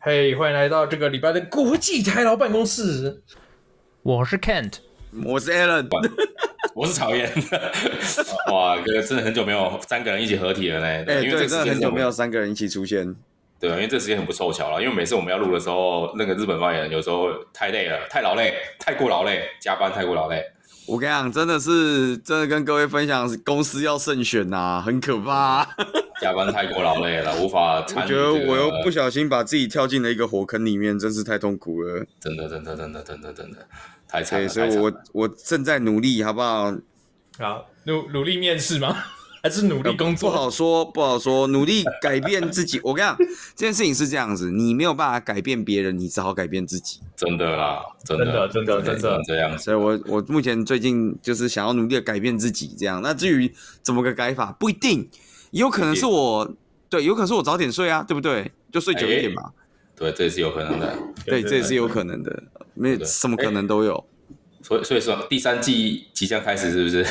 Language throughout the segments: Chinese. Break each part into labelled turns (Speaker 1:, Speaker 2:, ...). Speaker 1: 嘿欢迎来到这个礼拜的国际台劳办公室。
Speaker 2: 我是 Kent，
Speaker 3: 我是 Alan，
Speaker 4: 我是草原， 哇，哥真的很久没有三个人一起合体了呢。
Speaker 3: 哎、
Speaker 4: 因为
Speaker 3: 对，
Speaker 4: 这
Speaker 3: 真
Speaker 4: 个
Speaker 3: 的
Speaker 4: 时间
Speaker 3: 很久没有三个人一起出现。
Speaker 4: 对，因为这时间很不凑巧了。因为每次我们要录的时候，那个日本发言人有时候太累了，太劳累，太过劳累，加班太过劳累。
Speaker 3: 我跟你讲，真的是真的跟各位分享，公司要慎选呐、很可怕、啊
Speaker 4: 加班太过劳累了，无法
Speaker 3: 我
Speaker 4: 参与、
Speaker 3: 觉
Speaker 4: 嗯这
Speaker 3: 得
Speaker 4: 个。
Speaker 3: 我又不小心把自己跳进了一个火坑里面，真是太痛苦了。
Speaker 4: 真的，真的，真的，真的，真的，太惨
Speaker 3: 对，
Speaker 4: 了。
Speaker 3: 所以
Speaker 4: 太惨
Speaker 3: 我
Speaker 4: 了
Speaker 3: 我正在努力，好不好？呃
Speaker 1: 啊，努努力面试吗？ 还是努力工
Speaker 3: 不
Speaker 1: 作？
Speaker 3: 好说，不好说，努力改变自己。我跟你讲，这件事情是这样子，你没有办法改变别人，你只好改变自己。
Speaker 4: 真的啦，真
Speaker 1: 真的
Speaker 4: 的，
Speaker 1: 真的真的
Speaker 4: 这样子。
Speaker 3: 所以我我目前最近就是想要努力的改变自己，这样。那至于怎么个改法，不一定，也有可能是我对，有可能是我早点睡啊，对不对？就睡久一点嘛。
Speaker 4: 对，这也是有可能的。
Speaker 3: 对，
Speaker 1: 对
Speaker 3: 这也是有可能的，没有
Speaker 4: 对
Speaker 3: 什么可能都有。
Speaker 4: 所以，所以说第三季即将开始，是不是？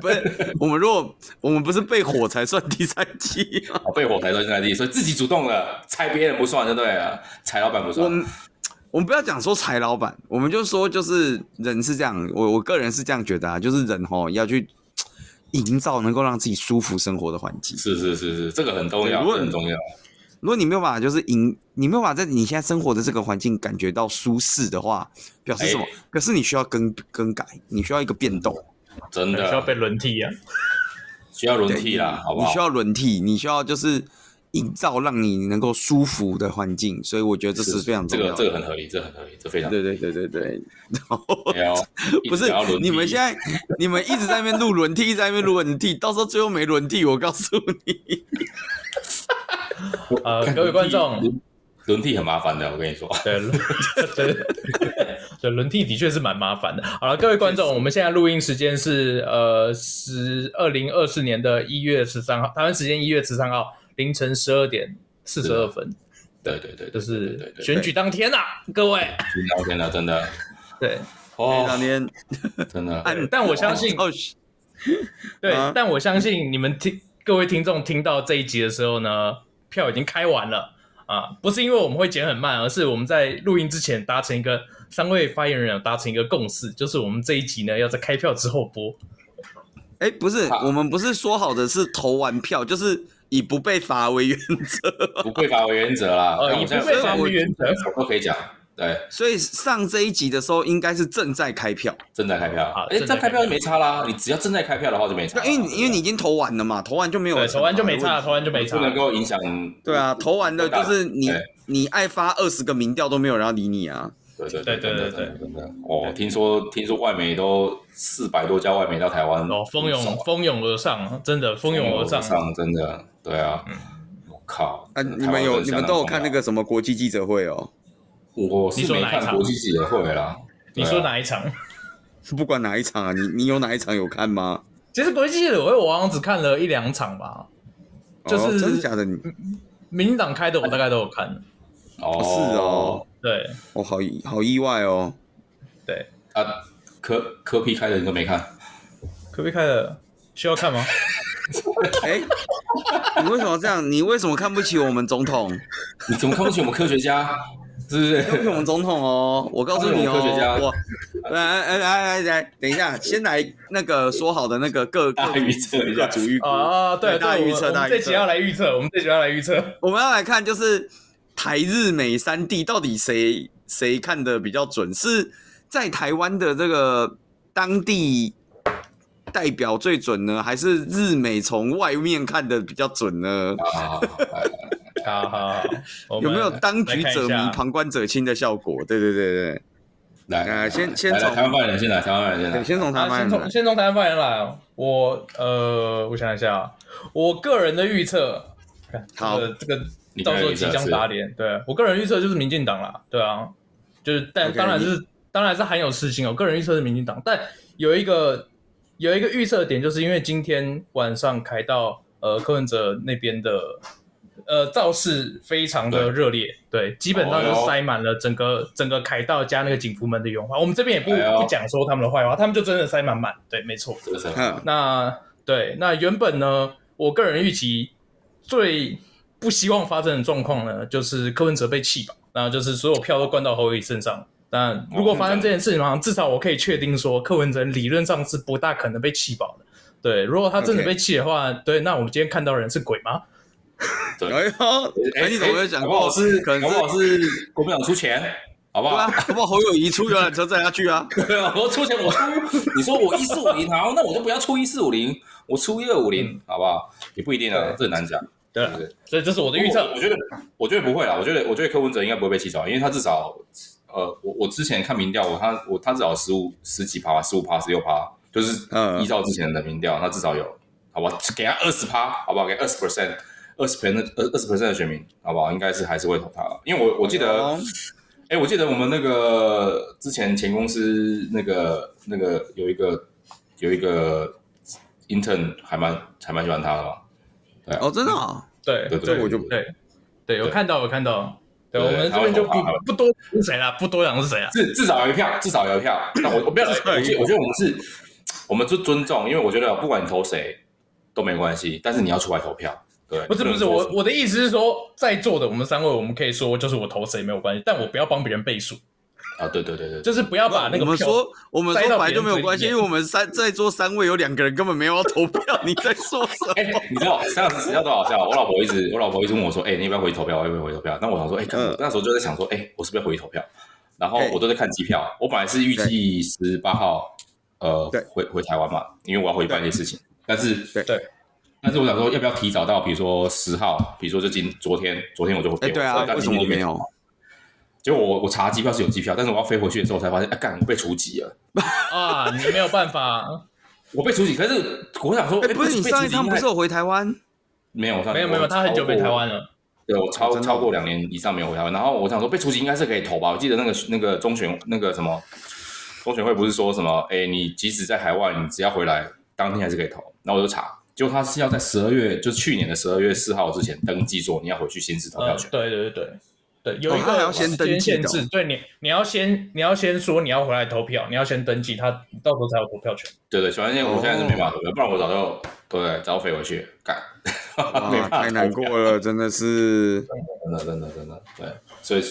Speaker 3: 不是，我们如果我们不是被火才算第三季啊吗，
Speaker 4: 哦被火柴到现在地，所以自己主动了，踩别人不算就对了，踩老板不
Speaker 3: 我
Speaker 4: 算。
Speaker 3: 们 我们不要讲说柴老板，我们就说就是人是这样，我我个人是这样觉得啊，就是人吼要去营造能够让自己舒服生活的环境。
Speaker 4: 是是是是，这个很重
Speaker 3: 对
Speaker 4: 要，
Speaker 3: 如
Speaker 4: 这
Speaker 3: 果
Speaker 4: 个很重要。
Speaker 3: 如果你没有办法就是营，你没有办法在你现在生活的这个环境感觉到舒适的话，表示什么？
Speaker 4: 哎
Speaker 3: 表示你需要更更改，你需要一个变动，
Speaker 4: 真
Speaker 1: 需要
Speaker 4: 的
Speaker 1: 被轮替啊！
Speaker 4: 需要轮
Speaker 3: 对
Speaker 4: 替啦，好不
Speaker 3: 你需
Speaker 4: 好？
Speaker 3: 要轮替，你需要就是营造让你能够舒服的环境，所以我觉得这是非常
Speaker 4: 这
Speaker 3: 重要
Speaker 4: 个
Speaker 3: 的。
Speaker 4: 这个很合理，这个很合理，这非常
Speaker 3: 对对对对对，然后
Speaker 4: 没有
Speaker 3: 不是你们现在你们一直在那边录轮替，一直在那边录轮替，到时候最后没轮替，我告诉你，
Speaker 1: 呃，各位观众，
Speaker 4: 轮替很麻烦的，我跟你说，
Speaker 1: 对，轮 对对，轮替的确是蛮麻烦的。好了，各位观众，我们现在录音时间是呃十二零二四年的一月十三号，台湾时间一月十三号凌晨十二点四十二分，
Speaker 4: 对对
Speaker 1: 就
Speaker 4: 对，对对
Speaker 1: 是
Speaker 4: 对对，
Speaker 1: 选举当天啊，各位。
Speaker 4: 听到天的 真
Speaker 3: 哎
Speaker 4: 的
Speaker 1: 对
Speaker 3: 当
Speaker 4: 哦，
Speaker 3: 天
Speaker 4: 真的
Speaker 3: 按
Speaker 1: 但我相信
Speaker 3: 哦，
Speaker 1: 对
Speaker 3: 啊，
Speaker 1: 但我相信你们听 各位听众听到这一集的时候呢，票已经开完了啊，不是因为我们会剪很慢，而是我们在录音之前达成一个三位发言人有达成一个共识，就是我们这一集呢要在开票之后播。
Speaker 3: 哎，不是，我们不是说好的是投完票，就是以不被罚为原则，
Speaker 4: 不被罚为原则啦，
Speaker 1: 呃，
Speaker 4: 但
Speaker 1: 以
Speaker 4: 啊我
Speaker 1: 不
Speaker 4: 现在
Speaker 1: 被法
Speaker 4: 我
Speaker 1: 律原则
Speaker 4: 我都可以讲，对，
Speaker 3: 所以上这一集的时候应该是正在开票，
Speaker 4: 正在开票
Speaker 1: 好，
Speaker 4: 哎，
Speaker 1: 正
Speaker 4: 这
Speaker 1: 在
Speaker 4: 开
Speaker 1: 开
Speaker 4: 票
Speaker 1: 票
Speaker 4: 就没差啦，你只要正在开票的话就没差啦，
Speaker 3: 因为你因为你已经投完了嘛，投完就没有
Speaker 1: 对，
Speaker 3: 了，
Speaker 1: 投完就没差了，投完就没差
Speaker 4: 不
Speaker 1: 了
Speaker 4: 能。够影响，
Speaker 3: 对啊，投完了就是你
Speaker 4: 对
Speaker 3: 你爱发二十个民调都没有人要理你啊，
Speaker 4: 对对
Speaker 1: 对对
Speaker 4: 对
Speaker 1: 对
Speaker 4: 对
Speaker 1: 对
Speaker 4: 真的哦！听说听说外媒都四百多家外媒到台湾，啊
Speaker 1: 哦，蜂拥
Speaker 4: 手
Speaker 1: 蜂拥而上，嗯真的蜂拥而上。
Speaker 4: 上，真的对啊！我靠！
Speaker 3: 啊，
Speaker 4: 真的
Speaker 3: 你
Speaker 4: 嗯台湾
Speaker 3: 们有
Speaker 4: 真的
Speaker 3: 你
Speaker 4: 相
Speaker 3: 们
Speaker 4: 当
Speaker 3: 都有
Speaker 4: 重
Speaker 3: 看
Speaker 4: 要
Speaker 3: 那？个什么国际记者会哦，
Speaker 4: 我
Speaker 1: 你
Speaker 4: 是
Speaker 1: 说
Speaker 4: 没
Speaker 1: 哪一
Speaker 4: 看
Speaker 1: 场
Speaker 4: 国际记者会啦。
Speaker 1: 你
Speaker 4: 对啊
Speaker 1: 说？哪一场？
Speaker 3: 是不管哪一场啊，你你有哪一场有看吗？
Speaker 1: 其实国际记者会我好像只看了一两场吧，就是
Speaker 3: 哦、真的假的你
Speaker 1: 民进党开的我大概都有看。
Speaker 4: 哦，
Speaker 3: 哦是哦，
Speaker 1: 对
Speaker 3: 哦，好意好意外哦，
Speaker 1: 对，
Speaker 4: 啊，科科批开的你都没看，
Speaker 1: 可不可以开的需要看吗？
Speaker 3: 哎、 你为什么这样？你为什么看不起我们总统？
Speaker 4: 你怎么看不起我们科学家？ 是不
Speaker 3: 对不
Speaker 4: 是？
Speaker 3: 起，我们总统 哦，我告诉你哦，
Speaker 4: 他是我们科学家
Speaker 3: 我来来来来来，等一下，先来那个说好的那个各
Speaker 4: 大预测一下
Speaker 3: 主 预估
Speaker 1: 啊，对，
Speaker 3: 大
Speaker 1: 对
Speaker 3: 预
Speaker 1: 我
Speaker 3: 测
Speaker 1: 我
Speaker 3: 大
Speaker 1: 们
Speaker 3: 预
Speaker 1: 这集要
Speaker 3: 测，
Speaker 1: 来预测，我们这集要来预测。
Speaker 3: 我们要来看就是台日美三地到底谁谁看的比较准？是在台湾的这个当地代表最准呢，还是日美从外面看的比较准呢？
Speaker 4: 啊，哎
Speaker 1: 好好好，我
Speaker 3: 有
Speaker 1: 们
Speaker 3: 没有当局者
Speaker 1: 来看一
Speaker 3: 迷
Speaker 1: 下、
Speaker 3: 旁观者清的效果？对对对对
Speaker 4: 来来，
Speaker 3: 啊先
Speaker 4: 来
Speaker 3: 先
Speaker 4: 来
Speaker 3: 从
Speaker 4: 台湾发言人先来，台湾发言
Speaker 3: 对，
Speaker 4: 人先来。
Speaker 3: 先从他
Speaker 1: 啊、
Speaker 3: 们
Speaker 1: 先从先从台湾发言来哦，我呃，我想一下啊，我个人的预测，看
Speaker 3: 好
Speaker 1: 这个这个
Speaker 4: 你个
Speaker 1: 到
Speaker 4: 人
Speaker 1: 时候
Speaker 4: 预
Speaker 1: 即
Speaker 4: 测
Speaker 1: 将
Speaker 4: 是
Speaker 1: 打脸。对我个人预测就是民进党啦，对啊，就是但
Speaker 3: OK，
Speaker 1: 当然是当然是含有私心哦。我个人预测是民进党，但有一个有一个预测点，就是因为今天晚上开到呃柯文哲那边的呃造势非常的
Speaker 4: 对
Speaker 1: 热烈，对，基本上
Speaker 4: 哦
Speaker 1: 就
Speaker 4: 哟
Speaker 1: 塞满了整个整个凯道加那个景福门的原话。我们这边也不、
Speaker 4: 哎呦
Speaker 1: 不讲说他们的坏话，他们就真的塞满满，对，没错。
Speaker 4: 这个是
Speaker 3: 哼
Speaker 1: 那对，那原本呢，我个人预期最不希望发生的状况呢，就是柯文哲被弃保，那就是所有票都灌到侯友宜身上。那如果发生这件事情，好像至少我可以确定说，柯文哲理论上是不大可能被弃保的。对，如果他真的
Speaker 3: OK
Speaker 1: 被弃的话对，那我们今天看到的人是鬼吗？
Speaker 4: 对
Speaker 3: 哎呦，哎，你怎么没有讲
Speaker 4: 搞不好
Speaker 3: 过？
Speaker 4: 是，
Speaker 3: 可能
Speaker 4: 搞不好
Speaker 3: 是
Speaker 4: 是国民党出钱，好不
Speaker 3: 对
Speaker 4: 好
Speaker 3: 啊？，搞不好侯友谊出游览车载他去啊。
Speaker 4: 对啊，我出钱我出，你说我一四五零，好，那我就不要出一四五零，我出一二五零，
Speaker 1: 嗯
Speaker 4: 好不好？也不一定啊
Speaker 1: 对，
Speaker 4: 这很难讲。
Speaker 1: 对
Speaker 4: 对
Speaker 1: 啊，所以这是哦我的预测
Speaker 4: 我。我觉得，我觉得不会啦。我觉得，我觉得柯文哲应该不会被气走，啊因为他至少，呃，我我之前看民调，我他我他至少十五十几趴，十五趴、十六趴，就是
Speaker 3: 嗯
Speaker 4: 依照之前的民调，他至少有，好吧，给他二十趴，好不好？给二十 percent，二十 percent，二二十 percent 的选民，好不好？应该是还是会投他，因为我 我记得。
Speaker 3: 哦
Speaker 4: 哎、我记得我们那个之前前公司那个那个有一个有一个 intern 还蛮还蛮喜欢他的嘛，对啊
Speaker 3: 哦，真的啊，
Speaker 1: 对，
Speaker 4: 对对
Speaker 1: 这
Speaker 3: 我就
Speaker 1: 对对，有
Speaker 4: 对
Speaker 1: 看到，有看到。对，
Speaker 4: 对
Speaker 1: 我们这边就不
Speaker 4: 他会投他
Speaker 1: 不多讲是谁啦，不多讲是谁啦。
Speaker 4: 至至少有一票，至少有一 票。那我我不要来，我觉得我觉得我们是，我们就尊重，因为我觉得不管你投谁都没关系，但是你要出来投票，对，
Speaker 1: 不是不
Speaker 4: 能
Speaker 1: 是，
Speaker 4: 说
Speaker 1: 我
Speaker 4: 什么
Speaker 1: 我的意思是说，在座的我们三位，我们可以说就是我投谁没有关系，但我不要帮别人背书，
Speaker 4: 啊，对对对对，
Speaker 1: 就是不要把那
Speaker 3: 我
Speaker 1: 个
Speaker 3: 们
Speaker 1: 票。
Speaker 3: 说我们
Speaker 1: 塞
Speaker 3: 说
Speaker 1: 到
Speaker 3: 白
Speaker 1: 别
Speaker 3: 就
Speaker 1: 人
Speaker 3: 没有
Speaker 1: 嘴
Speaker 3: 关系，
Speaker 1: 里
Speaker 3: 因
Speaker 1: 面
Speaker 3: 为我们三在座三位有两个人根本没有要投票，你在说什么？
Speaker 4: 哎、你知道三小时要多少票？我老婆一直，我老婆一直问我说，哎、你要不要回去投票？我要不要回去投票？那我想说，哎、
Speaker 3: 嗯
Speaker 4: 我那时候就在想说，哎、我是不是要回去投票？然后
Speaker 3: 哎
Speaker 4: 我都在看机票，我本来是预计十八号，呃
Speaker 3: 对，
Speaker 4: 回回台湾嘛，因为我要回办一些事情。但是
Speaker 3: 对
Speaker 1: 对，
Speaker 4: 但是我想说，要不要提早到，比如说十号，比如说就今昨天，昨天我就回。
Speaker 3: 哎，对啊
Speaker 4: 我到，
Speaker 3: 为什
Speaker 4: 今天
Speaker 3: 么
Speaker 4: 就
Speaker 3: 没有？？
Speaker 4: 结果我我查机票是有机票，但是我要飞回去的时候，我才发现，哎、干，我被除籍了，
Speaker 1: 啊，你没有办 法，
Speaker 4: 我被除籍。可是我想说，哎、
Speaker 3: 哎，不是
Speaker 4: 被
Speaker 3: 你
Speaker 4: 被
Speaker 3: 上
Speaker 4: 除
Speaker 3: 一
Speaker 4: 籍
Speaker 3: 趟
Speaker 4: 应
Speaker 3: 不
Speaker 4: 该
Speaker 3: 是有回台湾？
Speaker 4: 没有？我上
Speaker 1: 没有没有，他很久没
Speaker 4: 超过
Speaker 1: 台湾了。
Speaker 4: 对我超
Speaker 3: 真的
Speaker 4: 超过两年以上没有回台湾，然后我想说被除籍应该是可以投吧？我记得那个那个中选那个什么中选会不是说什么？哎，你即使在海外，你只要回来当天还是可以投。然后我就查，结果他是要在十二月，就是去年的十二月四号之前登记说你要回去新市投票
Speaker 1: 嗯
Speaker 4: 权，。
Speaker 1: 对对对对对，有
Speaker 3: 哦
Speaker 1: 一
Speaker 3: 他还
Speaker 1: 个
Speaker 3: 要先
Speaker 1: 时
Speaker 3: 登
Speaker 1: 间
Speaker 3: 记
Speaker 1: 限
Speaker 3: 的哦
Speaker 1: 制，对你你要先你要先说你要回来投票，你要先登记，他到时候才有投票权。
Speaker 4: 对对，反正我现在是没办法投票，不然我早就对不对早就飞回去干，没
Speaker 3: 哇，
Speaker 4: 办法
Speaker 3: 啊太难过了，真的是。
Speaker 4: 真的真的真的对，所以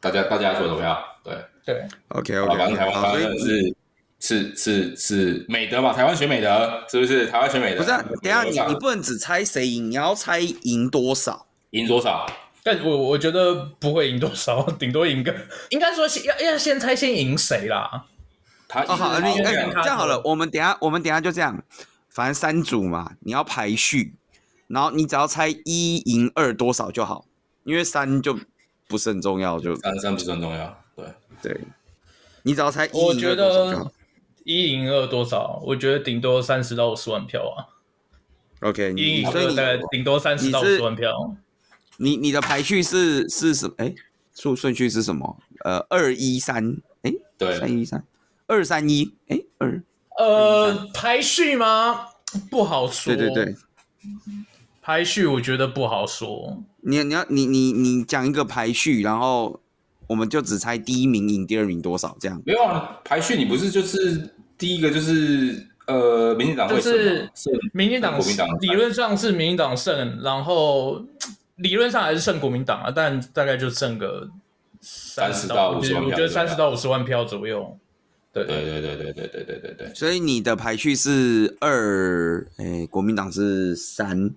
Speaker 4: 大家大家做投票啊对。
Speaker 1: 对，
Speaker 3: OK
Speaker 4: 好
Speaker 3: OK，
Speaker 4: 反正台湾
Speaker 3: 好，
Speaker 4: 台
Speaker 3: 所
Speaker 4: 湾
Speaker 3: 以
Speaker 4: 是是是是美德嘛，台湾学美德是不是？台湾学美德
Speaker 3: 不是啊，等一下你你不能只猜谁赢，你要猜赢多少。
Speaker 4: 赢多少？
Speaker 1: 但我我觉得不会赢多少，顶多赢个，应该说先要要先猜先赢谁啦。
Speaker 4: 他
Speaker 3: 哦，好，
Speaker 1: 好
Speaker 3: 你
Speaker 1: 先
Speaker 3: 哎，
Speaker 1: 看
Speaker 3: 这样好了，我们等一下我们等一下就这样，反正三组嘛，你要排序，然后你只要猜一赢二多少就好，因为三就不是啊很重要，就
Speaker 4: 三三不是很重要，对，
Speaker 3: 对，你只要猜一
Speaker 1: 我
Speaker 3: 赢
Speaker 1: 觉
Speaker 3: 二多少就
Speaker 1: 得
Speaker 3: 好。
Speaker 1: 一赢二多少？我觉得顶多三十到五十万票啊，
Speaker 3: OK，
Speaker 1: 一
Speaker 3: 你
Speaker 1: 赢
Speaker 3: 所以
Speaker 1: 二大概
Speaker 3: 你
Speaker 1: 顶多三十到五
Speaker 3: 你是
Speaker 1: 十万票。
Speaker 3: 你你的排序是是什么？哎，顺顺序是什么？呃，二一三，哎，
Speaker 4: 对
Speaker 3: 三一三，二三一，哎，二，
Speaker 1: 呃，排序吗？不好说。
Speaker 3: 对对对，，
Speaker 1: 排序我觉得不好说。
Speaker 3: 你你要你你你讲一个排序，然后我们就只猜第一名赢第二名多少这样。
Speaker 4: 没有啊，排序你不是就是第一个就是呃，民进党会
Speaker 1: 就是
Speaker 4: 胜嘛
Speaker 1: 民进党
Speaker 4: 国民党
Speaker 1: 理论上是民进党胜，然后理论上还是胜国民党啊，但大概就胜个
Speaker 4: 30到50万票
Speaker 1: 我觉得
Speaker 4: 对吧
Speaker 1: 三十到五十万票左右。对
Speaker 4: 对对对对对对对对对，
Speaker 3: 所以你的排序是二，哎，国民党是三，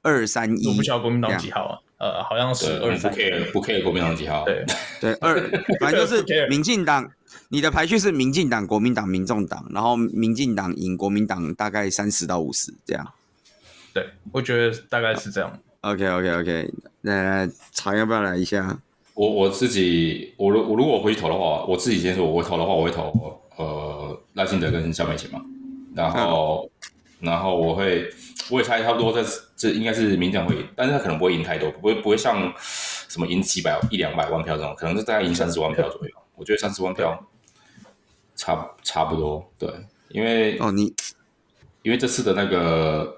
Speaker 3: 二三
Speaker 1: 我
Speaker 3: 一
Speaker 1: 不，晓得国民
Speaker 3: 嗯
Speaker 1: 党几号啊？呃，好像是
Speaker 4: 对，我
Speaker 1: 二
Speaker 4: 们不
Speaker 1: 三。
Speaker 4: care 不 care 国民党几号，
Speaker 1: 对，
Speaker 3: 对， 二，反正就
Speaker 1: 不
Speaker 3: 是
Speaker 1: care
Speaker 3: 民进党。你的排序是民进党、国民党、民众党，然后民进党赢国民党大概三十到五十这样。
Speaker 1: 对，我觉得大概是这样。
Speaker 3: OK OK OK，那茶要不要来一下？
Speaker 4: 我我自己，我如我如果回去投的话，我自己先说，我会投的话，我会投呃赖幸德跟萧美琴嘛，然后、然后我会我也猜差不多这这应该是民进党会赢，但是他可能不会赢太多，不会不会像什么赢几百一两百万票这种，可能是大概赢三十万票左右，我觉得三十万票差差不多，对，因为
Speaker 3: 哦，你
Speaker 4: 因为这次的那个，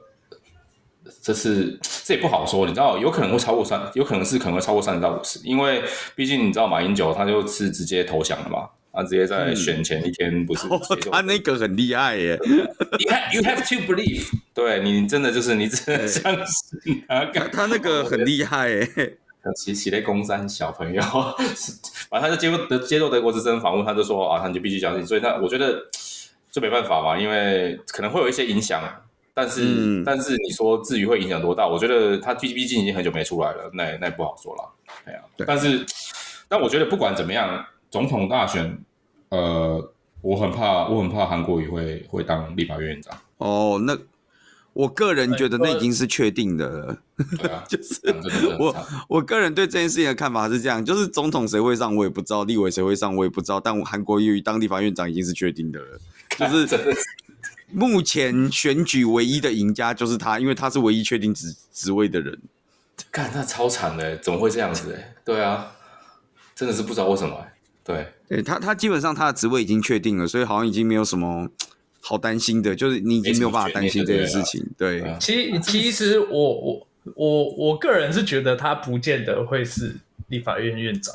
Speaker 4: 这次这也不好说，你知道，有可能会超过三，有可能是可能会超过三十到五十，因为毕竟你知道马英九他就是直接投降了嘛，他直接在选前一天不是
Speaker 3: 哦
Speaker 4: 直接就
Speaker 3: 他那个很厉害耶，
Speaker 4: You have you have to believe，对你真的就是你只能相信他。
Speaker 3: 他他那个很厉害耶，
Speaker 4: 其其类公山小朋友， 反正他就接受德接受德国之声访问，他就说啊，他就必须相信，所以他我觉得就没办法嘛，因为可能会有一些影响，但是、
Speaker 3: 嗯
Speaker 4: 但是你说至于会影响多大，我觉得他毕毕竟已经很久没出来了，那也那也不好说了，哎呀、
Speaker 3: 对
Speaker 4: 但是但我觉得不管怎么样，总统大选，呃，我很怕我很怕韩国瑜会会当立法院院长，
Speaker 3: 哦，那我个人觉得那已经是确定的了。，
Speaker 4: 对 啊
Speaker 3: 就是
Speaker 4: 讲真的是很
Speaker 3: 我
Speaker 4: 惨
Speaker 3: 我个人对这件事情的看法是这样，就是总统谁会上我也不知道，立委谁会上我也不知道，但我韩国瑜当立法院长已经是确定的了，就是
Speaker 4: 真的是
Speaker 3: 目前选举唯一的赢家就是他，因为他是唯一确定职职位的人。
Speaker 4: 干，那超惨的，怎么会这样子？哎， 对啊，真的是不知道为什么。欸对，
Speaker 3: 对他，他基本上他的职位已经确定了，所以好像已经没有什么好担心的，就是你已经没有办法担心这件事情。对
Speaker 4: 对啊
Speaker 1: 其其实我我我我个人是觉得他不见得会是立法院院长，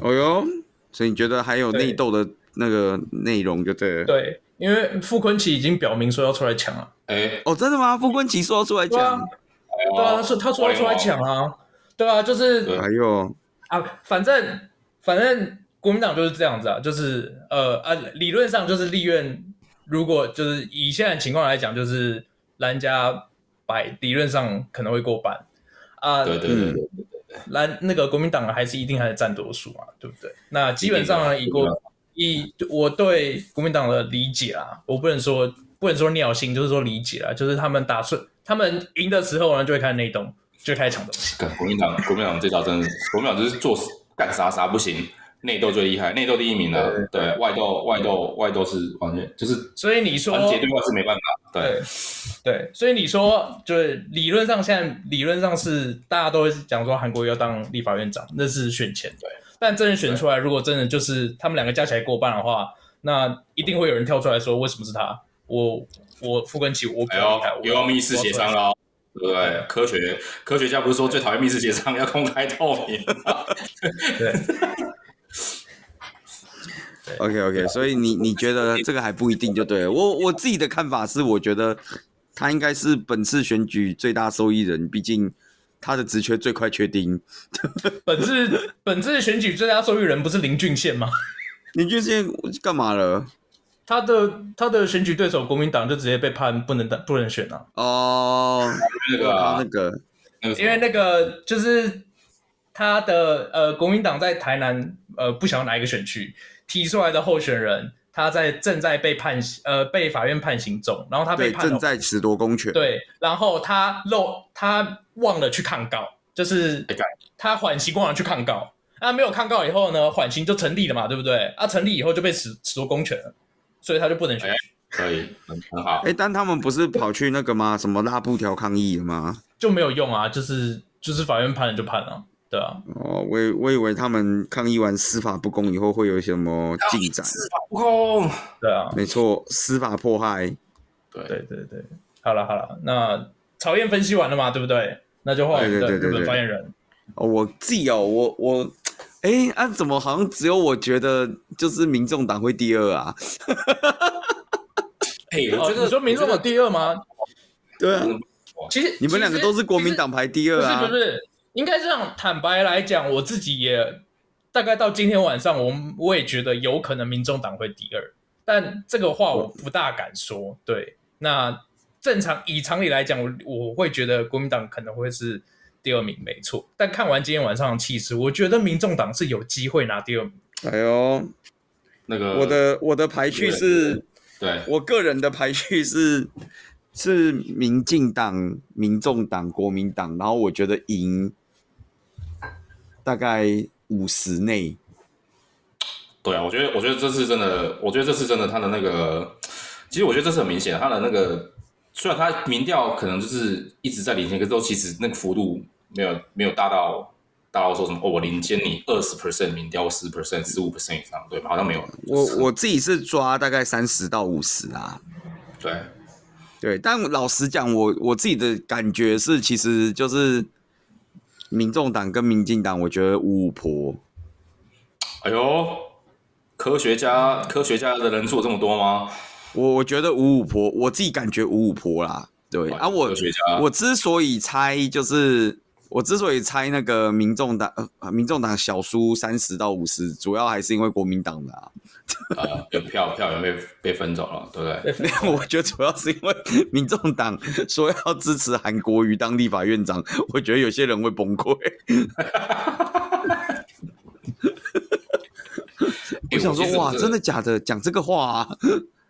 Speaker 3: 哦哟，所以你觉得还有
Speaker 1: 对
Speaker 3: 内斗的那个内容就对了。
Speaker 1: 对，因为傅昆奇已经表明说要出来抢了，
Speaker 4: 哎，
Speaker 3: 哦，真的吗？傅昆奇说要出来讲，
Speaker 1: 对啊，他说他说要出来抢啊，对啊，就是
Speaker 4: 对
Speaker 3: 哎呦，
Speaker 1: 啊，反正反正国民党就是这样子啊，就是呃啊，理论上就是立院，如果就是以现在的情况来讲，就是蓝加白理论上可能会过半啊，
Speaker 4: 对对
Speaker 3: 嗯
Speaker 4: 对对，
Speaker 1: 蓝那个国民党还是一定还是占多数嘛，对不对？那基本上呢，
Speaker 4: 一
Speaker 1: 以
Speaker 4: 定的
Speaker 1: 国以我对国民党的理解啊，我不能说不能说尿性，就是说理解啊，就是他们打算他们赢的时候呢，就会开始内斗，就会开始抢东西。
Speaker 4: 干国民党国民党这招真的是，国民党就是做事干啥啥不行，内斗最厉害，内斗第一名了。对外斗外斗外斗是完全就是
Speaker 1: 所以你说
Speaker 4: 团结对哦外是没办法。对
Speaker 1: 对对，所以你说就是理论上现在理论上是大家都会讲说韩国瑜要当立法院长，那是选前对，但真的选出来，如果真的就是他们两个加起来过半的话，那一定会有人跳出来说为什么是他？我我傅根奇我不
Speaker 4: 哎
Speaker 1: 要
Speaker 4: 呦
Speaker 1: 离开，我
Speaker 4: 又要密室协商
Speaker 1: 了。
Speaker 4: 了哦。对不对？科学科学家不是说最讨厌密室协商， 要公开透明。
Speaker 1: 对，
Speaker 3: OK
Speaker 1: 啊
Speaker 3: OK，所以你你觉得这个还不一定就对了。我我自己的看法是，我觉得他应该是本次选举最大受益人，毕竟他的职缺最快确定。
Speaker 1: 本次本次选举最大受益人不是林俊宪吗？
Speaker 3: 林俊宪干嘛了？
Speaker 1: 他的他的选举对手国民党就直接被判不能当不能选啊，
Speaker 3: 哦，
Speaker 4: 那个
Speaker 3: 他
Speaker 4: 啊
Speaker 3: 那个
Speaker 4: 那个什么
Speaker 1: 因为那个就是他的呃，国民党在台南呃不晓得哪一个选区提出来的候选人，他在正在被判刑呃被法院判刑中，然后他被
Speaker 3: 对
Speaker 1: 判了
Speaker 3: 正在褫夺公权，
Speaker 1: 对，然后他漏他忘了去抗告，就是
Speaker 4: 哎干
Speaker 1: 他缓刑忘了去抗告，啊没有抗告以后呢，缓刑就成立了嘛，对不对？啊成立以后就被褫褫夺公权了，所以他就不能选
Speaker 4: 哎。可以很很好
Speaker 1: 啊
Speaker 3: 哎、。但他们不是跑去那个吗？什么拉布条抗议了吗？
Speaker 1: 就没有用啊，就是就是法院判了就判了，对啊，
Speaker 3: 哦，我以我以为他们抗议完司法不公以后会有什么进展，
Speaker 4: 不公。
Speaker 1: 对啊。
Speaker 3: 没错，司法迫害。
Speaker 4: 对
Speaker 1: 对对对，好了好了，那曹燕分析完了嘛，对不对？那就换我们
Speaker 3: 对
Speaker 1: 的
Speaker 3: 对对
Speaker 1: 日
Speaker 3: 对
Speaker 1: 本
Speaker 3: 对
Speaker 1: 发言人。
Speaker 3: 哦，我自己哦，我我，哎、啊，怎么好像只有我觉得就是民众党会第二啊？
Speaker 4: 哎、我
Speaker 1: 哦
Speaker 4: 觉，得、
Speaker 1: 你说民众
Speaker 4: 我
Speaker 1: 有
Speaker 4: 觉得
Speaker 1: 第二吗？
Speaker 3: 对啊，
Speaker 1: 其实
Speaker 3: 你们两个都是国民，党排第
Speaker 1: 其
Speaker 3: 二
Speaker 1: 实其实
Speaker 3: 啊
Speaker 1: 不是不。是，应该这样坦白来讲，我自己也大概到今天晚上，我我也觉得有可能民众党会第二，但这个话我不大敢说。对，那正常以常理来讲，我我会觉得国民党可能会是第二名，没错。但看完今天晚上的气势，我觉得民众党是有机会拿第二名。
Speaker 4: 呃
Speaker 3: 哎呦，
Speaker 4: 那个
Speaker 3: 我的我的排序是，
Speaker 4: 对
Speaker 3: 我个人的排序是是民进党、民众党、国民党，然后我觉得赢大概五十内。
Speaker 4: 对啊，我觉得我觉得这次真的，我觉得这次真的他的那个，其实我觉得这次很明显，他的那个虽然他民调可能就是一直在领先，可是都其实那个幅度没有没有大到大到说什么哦，我领先你二十 percent 民调十 percent 十五 percent 以上，对吧？好像没有，
Speaker 3: 我我自己是抓大概三十到五十啊。
Speaker 4: 对
Speaker 3: 对，但老实讲，我我自己的感觉是，其实就是民众党跟民进党，我觉得五五婆。
Speaker 4: 哎呦，科学家科学家的人数有这么多吗？
Speaker 3: 我我觉得五五婆，我自己感觉五五婆啦，对啊，我
Speaker 4: 科学家
Speaker 3: 我之所以猜，就是我之所以猜那个民众党，呃，民众党小输三十到五十，主要还是因为国民党的、啊，
Speaker 4: 呃有票票源被被分走了，对不对？
Speaker 3: 没有， 我觉得主要是因为民众党说要支持韩国瑜当立法院长，我觉得有些人会 崩溃。我想
Speaker 1: 哎
Speaker 3: 说，
Speaker 4: 其实
Speaker 3: 哇，
Speaker 4: 这
Speaker 3: 真的假的？讲这个话、啊，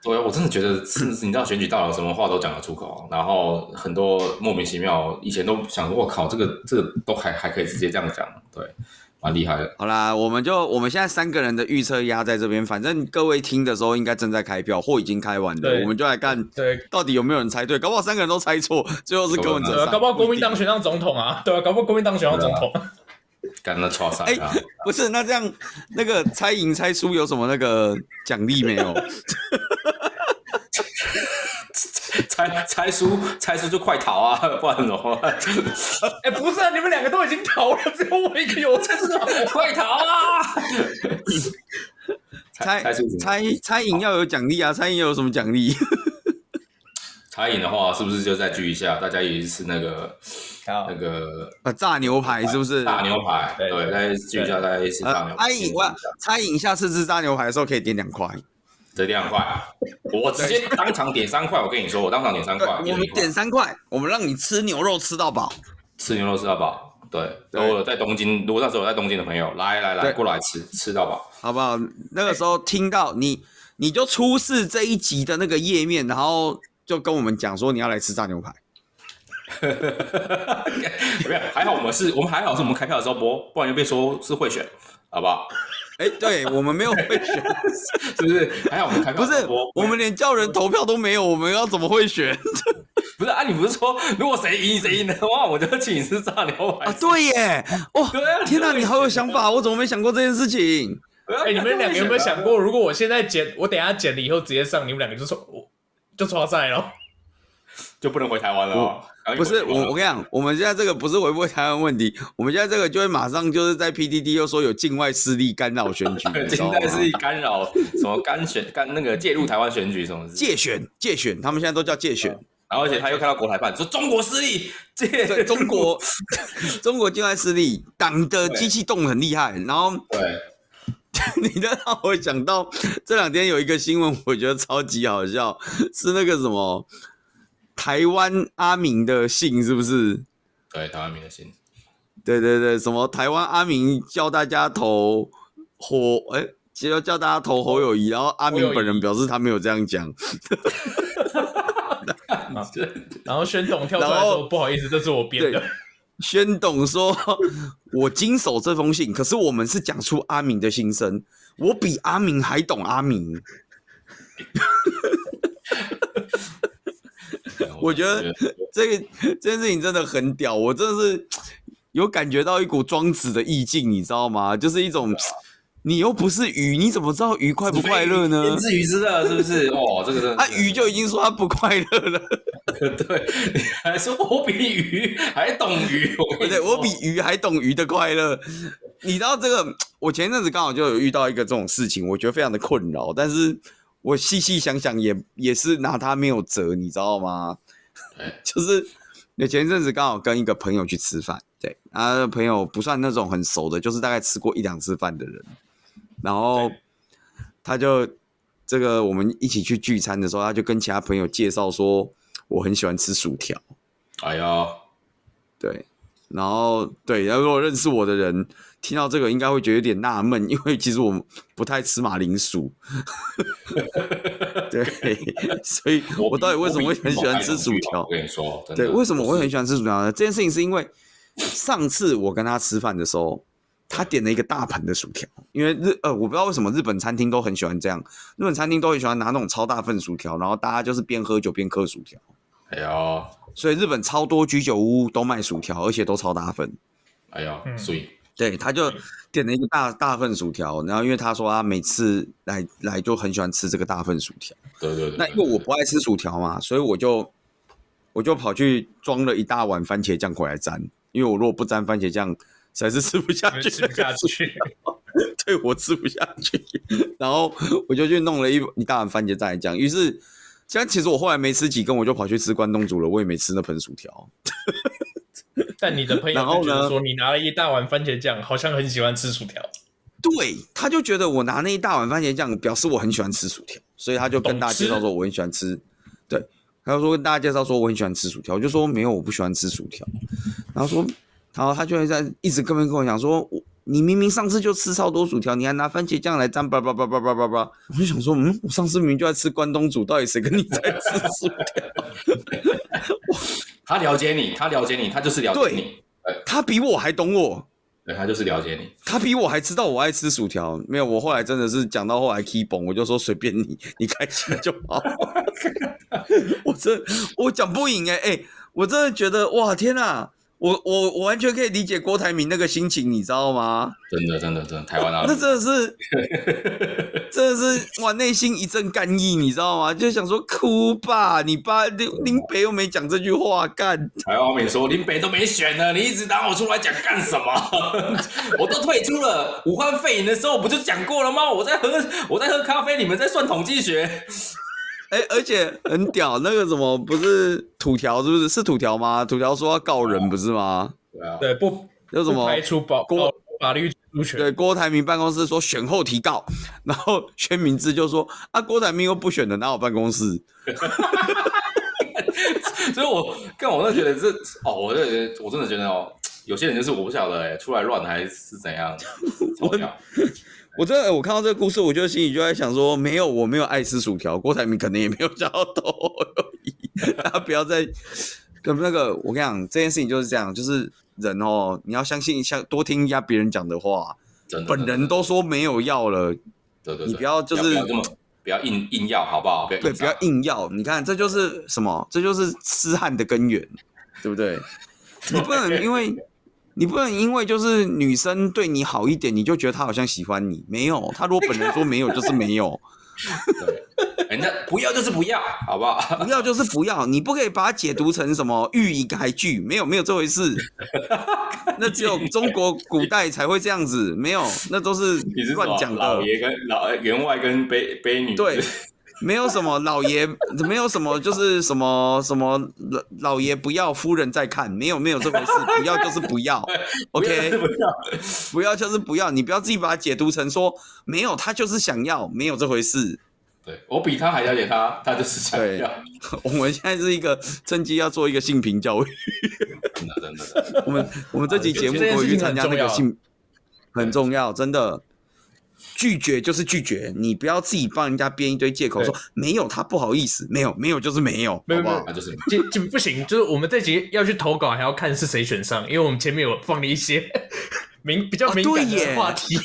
Speaker 4: 对啊，我真的觉得是，你知道选举到了，什么话都讲得出口，然后很多莫名其妙，以前都想说，我靠，这个这个都还还可以直接这样讲，对，蛮厉害的。
Speaker 3: 好啦，我们就我们现在三个人的预测压在这边，反正各位听的时候应该正在开票或已经开完了，
Speaker 1: 对
Speaker 3: 我们就来看
Speaker 1: 对，
Speaker 3: 到底有没有人猜对，搞不好三个人都猜错，最后是柯文
Speaker 1: 对
Speaker 3: 哲
Speaker 1: 啊，
Speaker 3: 上。
Speaker 1: 搞不好国民党
Speaker 3: 一定啊
Speaker 1: 选上总统啊，对啊，搞不好国民党选上总统，
Speaker 4: 干那超赛啊！
Speaker 3: 不是那这样，那个猜赢猜输有什么那个奖励没有？
Speaker 4: 猜猜输，猜输就快逃啊，不然怎么办？
Speaker 1: 哎、不是啊，你们两个都已经逃了，只有我一 个有在这，
Speaker 4: 快逃啊！
Speaker 3: 猜
Speaker 4: 猜输什么
Speaker 3: 猜猜赢要有奖励啊，猜赢要有什么奖励？
Speaker 4: 猜赢的话，是不是就再聚一下？大家也是那个
Speaker 1: 好
Speaker 4: 那个
Speaker 3: 啊，炸牛排是不是？
Speaker 4: 大牛排，
Speaker 1: 对
Speaker 4: 对，再聚一下，大家一起大
Speaker 3: 呃
Speaker 4: 牛，排
Speaker 3: 猜。赢哇，猜赢下次吃炸牛排的时候可以点两块，
Speaker 4: 这两块，我直接当场点三块。我跟你说，我当场点三
Speaker 3: 对
Speaker 4: 块，
Speaker 3: 我们点三块，我们让你吃牛肉吃到饱。
Speaker 4: 吃牛肉吃到饱。对，
Speaker 3: 对
Speaker 4: 如果有在东京，如果那时候有在东京的朋友，来来
Speaker 3: 对
Speaker 4: 来，过来吃吃到饱。
Speaker 3: 好不好？那个时候听到你，你就出示这一集的那个页面，然后就跟我们讲说你要来吃炸牛排。
Speaker 4: 没有，还好我们是，我们还好是我们开票的时候播，不然就被说是贿选，好不好？
Speaker 3: 哎、对我们没有会 选，
Speaker 4: 是不是？还好我们开票
Speaker 3: 不
Speaker 4: 的时
Speaker 3: 是
Speaker 4: 候播，
Speaker 3: 我们连叫人投票都没有，我们要怎么会选
Speaker 4: 不是啊？你不是说如果谁赢谁赢 的话，我就请你吃炸牛排
Speaker 3: 啊？？对耶，哇
Speaker 4: 对啊，
Speaker 3: 哦天哪、
Speaker 4: 你会
Speaker 3: 你好有想法，我怎么没想过这件事情？
Speaker 1: 哎、你们两个有没有想
Speaker 3: 啊
Speaker 1: 过，如果我现在剪，我等一下剪了以后直接上，你们两个就说我就刷赛 了？
Speaker 4: 就不能回台湾了哦？然
Speaker 3: 不
Speaker 4: 后一回
Speaker 3: 是
Speaker 4: 台
Speaker 3: 我，
Speaker 4: 湾
Speaker 3: 我跟你讲，我们现在这个不是回不回台湾问题，我们现在这个就会马上就是在 PDD 又说有境外势力干扰选 举，你知道
Speaker 4: 现
Speaker 3: 吗
Speaker 4: 在是干扰什么干选干那个介入台湾选举什么事，
Speaker 3: 借选借选，他们现在都叫借选。
Speaker 4: 然后而且他又看到国台办说中国势力介
Speaker 3: 对中国， 中国境外势力党的机器动得很厉害。然后
Speaker 4: 对
Speaker 3: 你这让我想到这两天有一个新闻，我觉得超级好笑，是那个什么台湾阿明的信是不是？
Speaker 4: 对台湾民的心，
Speaker 3: 对对对，什么台湾阿明叫大家投火，哎、叫叫大家投侯友谊，然后阿
Speaker 1: 侯
Speaker 3: 明
Speaker 1: 友宜
Speaker 3: 本人表示他没有这样 讲，
Speaker 1: 啊然后宣董跳出来
Speaker 3: 然
Speaker 1: 说
Speaker 3: 后：“
Speaker 1: 不好意思，这是我编的
Speaker 3: 对。宣董说：“我经手这封信，可是我们是讲出阿明的心声，我比阿明还懂阿明。
Speaker 4: 对
Speaker 3: 我觉得这个这件事情真的很屌，我真的是有感觉到一股庄子的意境，你知道吗？就是一种你又不是鱼，你怎么知道鱼快不快乐呢
Speaker 4: 天？之鱼之乐是不是？哦，这个真的
Speaker 3: 啊，鱼就已经说它不快乐了，
Speaker 4: 对，你还说我比鱼还懂鱼，我
Speaker 3: 对不
Speaker 4: 跟你
Speaker 3: 对？
Speaker 4: 说
Speaker 3: 我比鱼还懂鱼的快乐。你知道这个，我前阵子刚好就有遇到一个这种事情，我觉得非常的困扰，但是我细细想想也也是拿它没有辙，你知道吗
Speaker 4: 对？
Speaker 3: 就是那前阵子刚好跟一个朋友去吃饭，对，啊，朋友不算那种很熟的，就是大概吃过一两次饭的人，然后他就这个我们一起去聚餐的时候，他就跟其他朋友介绍说我很喜欢吃薯条。
Speaker 4: 哎呀，
Speaker 3: 对，然后对，然后如果认识我的人听到这个，应该会觉得有点纳闷，因为其实我不太吃马铃薯。 对，所以我到底为什么会很喜欢吃薯条
Speaker 4: 我？跟你说，真的
Speaker 3: 对，为什么我会很喜欢吃薯条呢？这件事情是因为上次我跟他吃饭的时候，他点了一个大盆的薯条，因为日呃，我不知道为什么日本餐厅都很喜欢这样，日本餐厅都很喜欢拿那种超大份薯条，然后大家就是边喝酒边嗑薯条，
Speaker 4: 哎呀，
Speaker 3: 所以日本超多居酒屋都卖薯条，而且都超大份。
Speaker 4: 哎呀，
Speaker 1: 嗯
Speaker 4: 所以
Speaker 3: 对，他就点了一个大大份薯条，然后因为他说他每次来来就很喜欢吃这个大份薯条。
Speaker 4: 对对对，
Speaker 3: 那因为我不爱吃薯条嘛，所以我就我就跑去装了一大碗番茄酱回来沾，因为我如果不沾番茄酱，实在是吃不下
Speaker 1: 你们
Speaker 3: 去
Speaker 1: 吃
Speaker 3: 那
Speaker 1: 不
Speaker 3: 个
Speaker 1: 下去，
Speaker 3: 对我吃不下去，然后我就去弄了一一大碗番茄蘸酱。于是，像其实我后来没吃几根，我就跑去吃关东煮了，我也没吃那盆薯条。
Speaker 1: 但你的朋友
Speaker 3: 然后
Speaker 1: 就
Speaker 3: 呢
Speaker 1: 觉得说，你拿了一大碗番茄酱，好像很喜欢吃薯条，
Speaker 3: 对，他就觉得我拿那一大碗番茄酱，表示我很喜欢吃薯条，所以他就跟大家介绍说我很喜欢吃。对，他就说跟大家介绍说我很喜欢吃薯条，我就说没有，我不喜欢吃薯条。然后说，然后他就会在一直跟跟我讲说，我你明明上次就吃超多薯条，你还拿番茄酱来蘸，叭叭叭叭叭叭叭。我就想说，嗯，我上次明明就在吃关东煮，到底谁跟你在吃薯条？
Speaker 4: 他了解你，他了解你，他就是了解你，
Speaker 3: 他比我还懂我。
Speaker 4: 对他就是了解你。
Speaker 3: 他比我还知道我爱吃薯条，没有，我后来真的是讲到后来 key 崩，我就说随便你， 你开心就好。 我真我讲不赢哎、欸、哎、我真的觉得哇天呐，我我我完全可以理解郭台铭那个心情，你知道吗？
Speaker 4: 真的，真的，真的，台湾啊，
Speaker 3: 那真的是真的是哇，内心一阵干意，你知道吗？就想说哭吧，你爸林林北又没讲这句话，干
Speaker 4: 台湾网民说林北都没选呢，你一直拿我出来讲干什么？ 我都退出了。武汉肺炎的时候不就讲过了吗？我在喝，我在喝咖啡，你们在算统计学。
Speaker 3: 哎、而且很屌，那个什么不是土条是不是？是土条吗？土条说要告人不是吗？
Speaker 4: 对啊，
Speaker 1: 对，不
Speaker 3: 有什么
Speaker 1: 不排除保
Speaker 3: 郭
Speaker 1: 保法律主权，
Speaker 3: 对，郭台铭办公室说选后提告， 然后宣明志就说啊，郭台铭又不选的，哪有办公室？
Speaker 4: 所以我看我真的觉得这哦，我真的觉得我真的觉得哦，有些人就是我不晓得哎、出来乱还是怎 样，超屌。
Speaker 3: 我真的，我看到这个故事，我就心里就在想说，没有，我没有爱吃薯条，郭台铭可能也没有想要投我而已， 大家不要再跟那个，我跟你讲，这件事情就是这样，就是人哦，你要相信一下，多听一下别人讲的话，
Speaker 4: 真的，
Speaker 3: 本人都说没有要了，
Speaker 4: 对对对，
Speaker 3: 你不要就是
Speaker 4: 不要这么不要硬硬要好不好？不要
Speaker 3: 对，不要
Speaker 4: 硬
Speaker 3: 硬要。你看，这就是什么？这就是痴汉的根源，对不 对？你不能因为你不能因为就是女生对你好一点，你就觉得她好像喜欢你。没有，她如果本人说没有，就是没 有。
Speaker 4: 上对，人家不要就是不要，好不好？
Speaker 3: 不要就是不要，你不可以把它解读成什么欲以改拒，没有没有这回 事。那只有中国古代才会这样子，没有，那都是
Speaker 4: 你是什么
Speaker 3: 乱讲的
Speaker 4: 老。爷跟老员外跟卑卑 女
Speaker 3: 对，没有什么老爷， 没有什么就是什么什么老老爷不要，夫人在看，没有没有这回事，不要就是不要
Speaker 4: 不
Speaker 3: ，OK，
Speaker 4: 要不要
Speaker 3: 不要就是不要，你不要自己把它解读成说没有他就是想要，没有这回事。
Speaker 4: 对我比他还了解他，他就是想
Speaker 3: 对
Speaker 4: 要，
Speaker 3: 我们现在是一个趁机要做一个性平教育，
Speaker 4: 真的真的真的
Speaker 3: 我们我们这期节目如果去参加那个性，很重要，真的。拒绝就是拒绝，你不要自己帮人家编一堆借口说没有他不好意思，没有没有就是没有，
Speaker 1: 没有
Speaker 3: 好不好？
Speaker 4: 他就是
Speaker 1: 这这不行， 就是我们这集要去投稿，还要看是谁选上，因为我们前面有放了一些 敏比较
Speaker 3: 啊
Speaker 1: 敏感
Speaker 3: 对耶
Speaker 1: 的话题。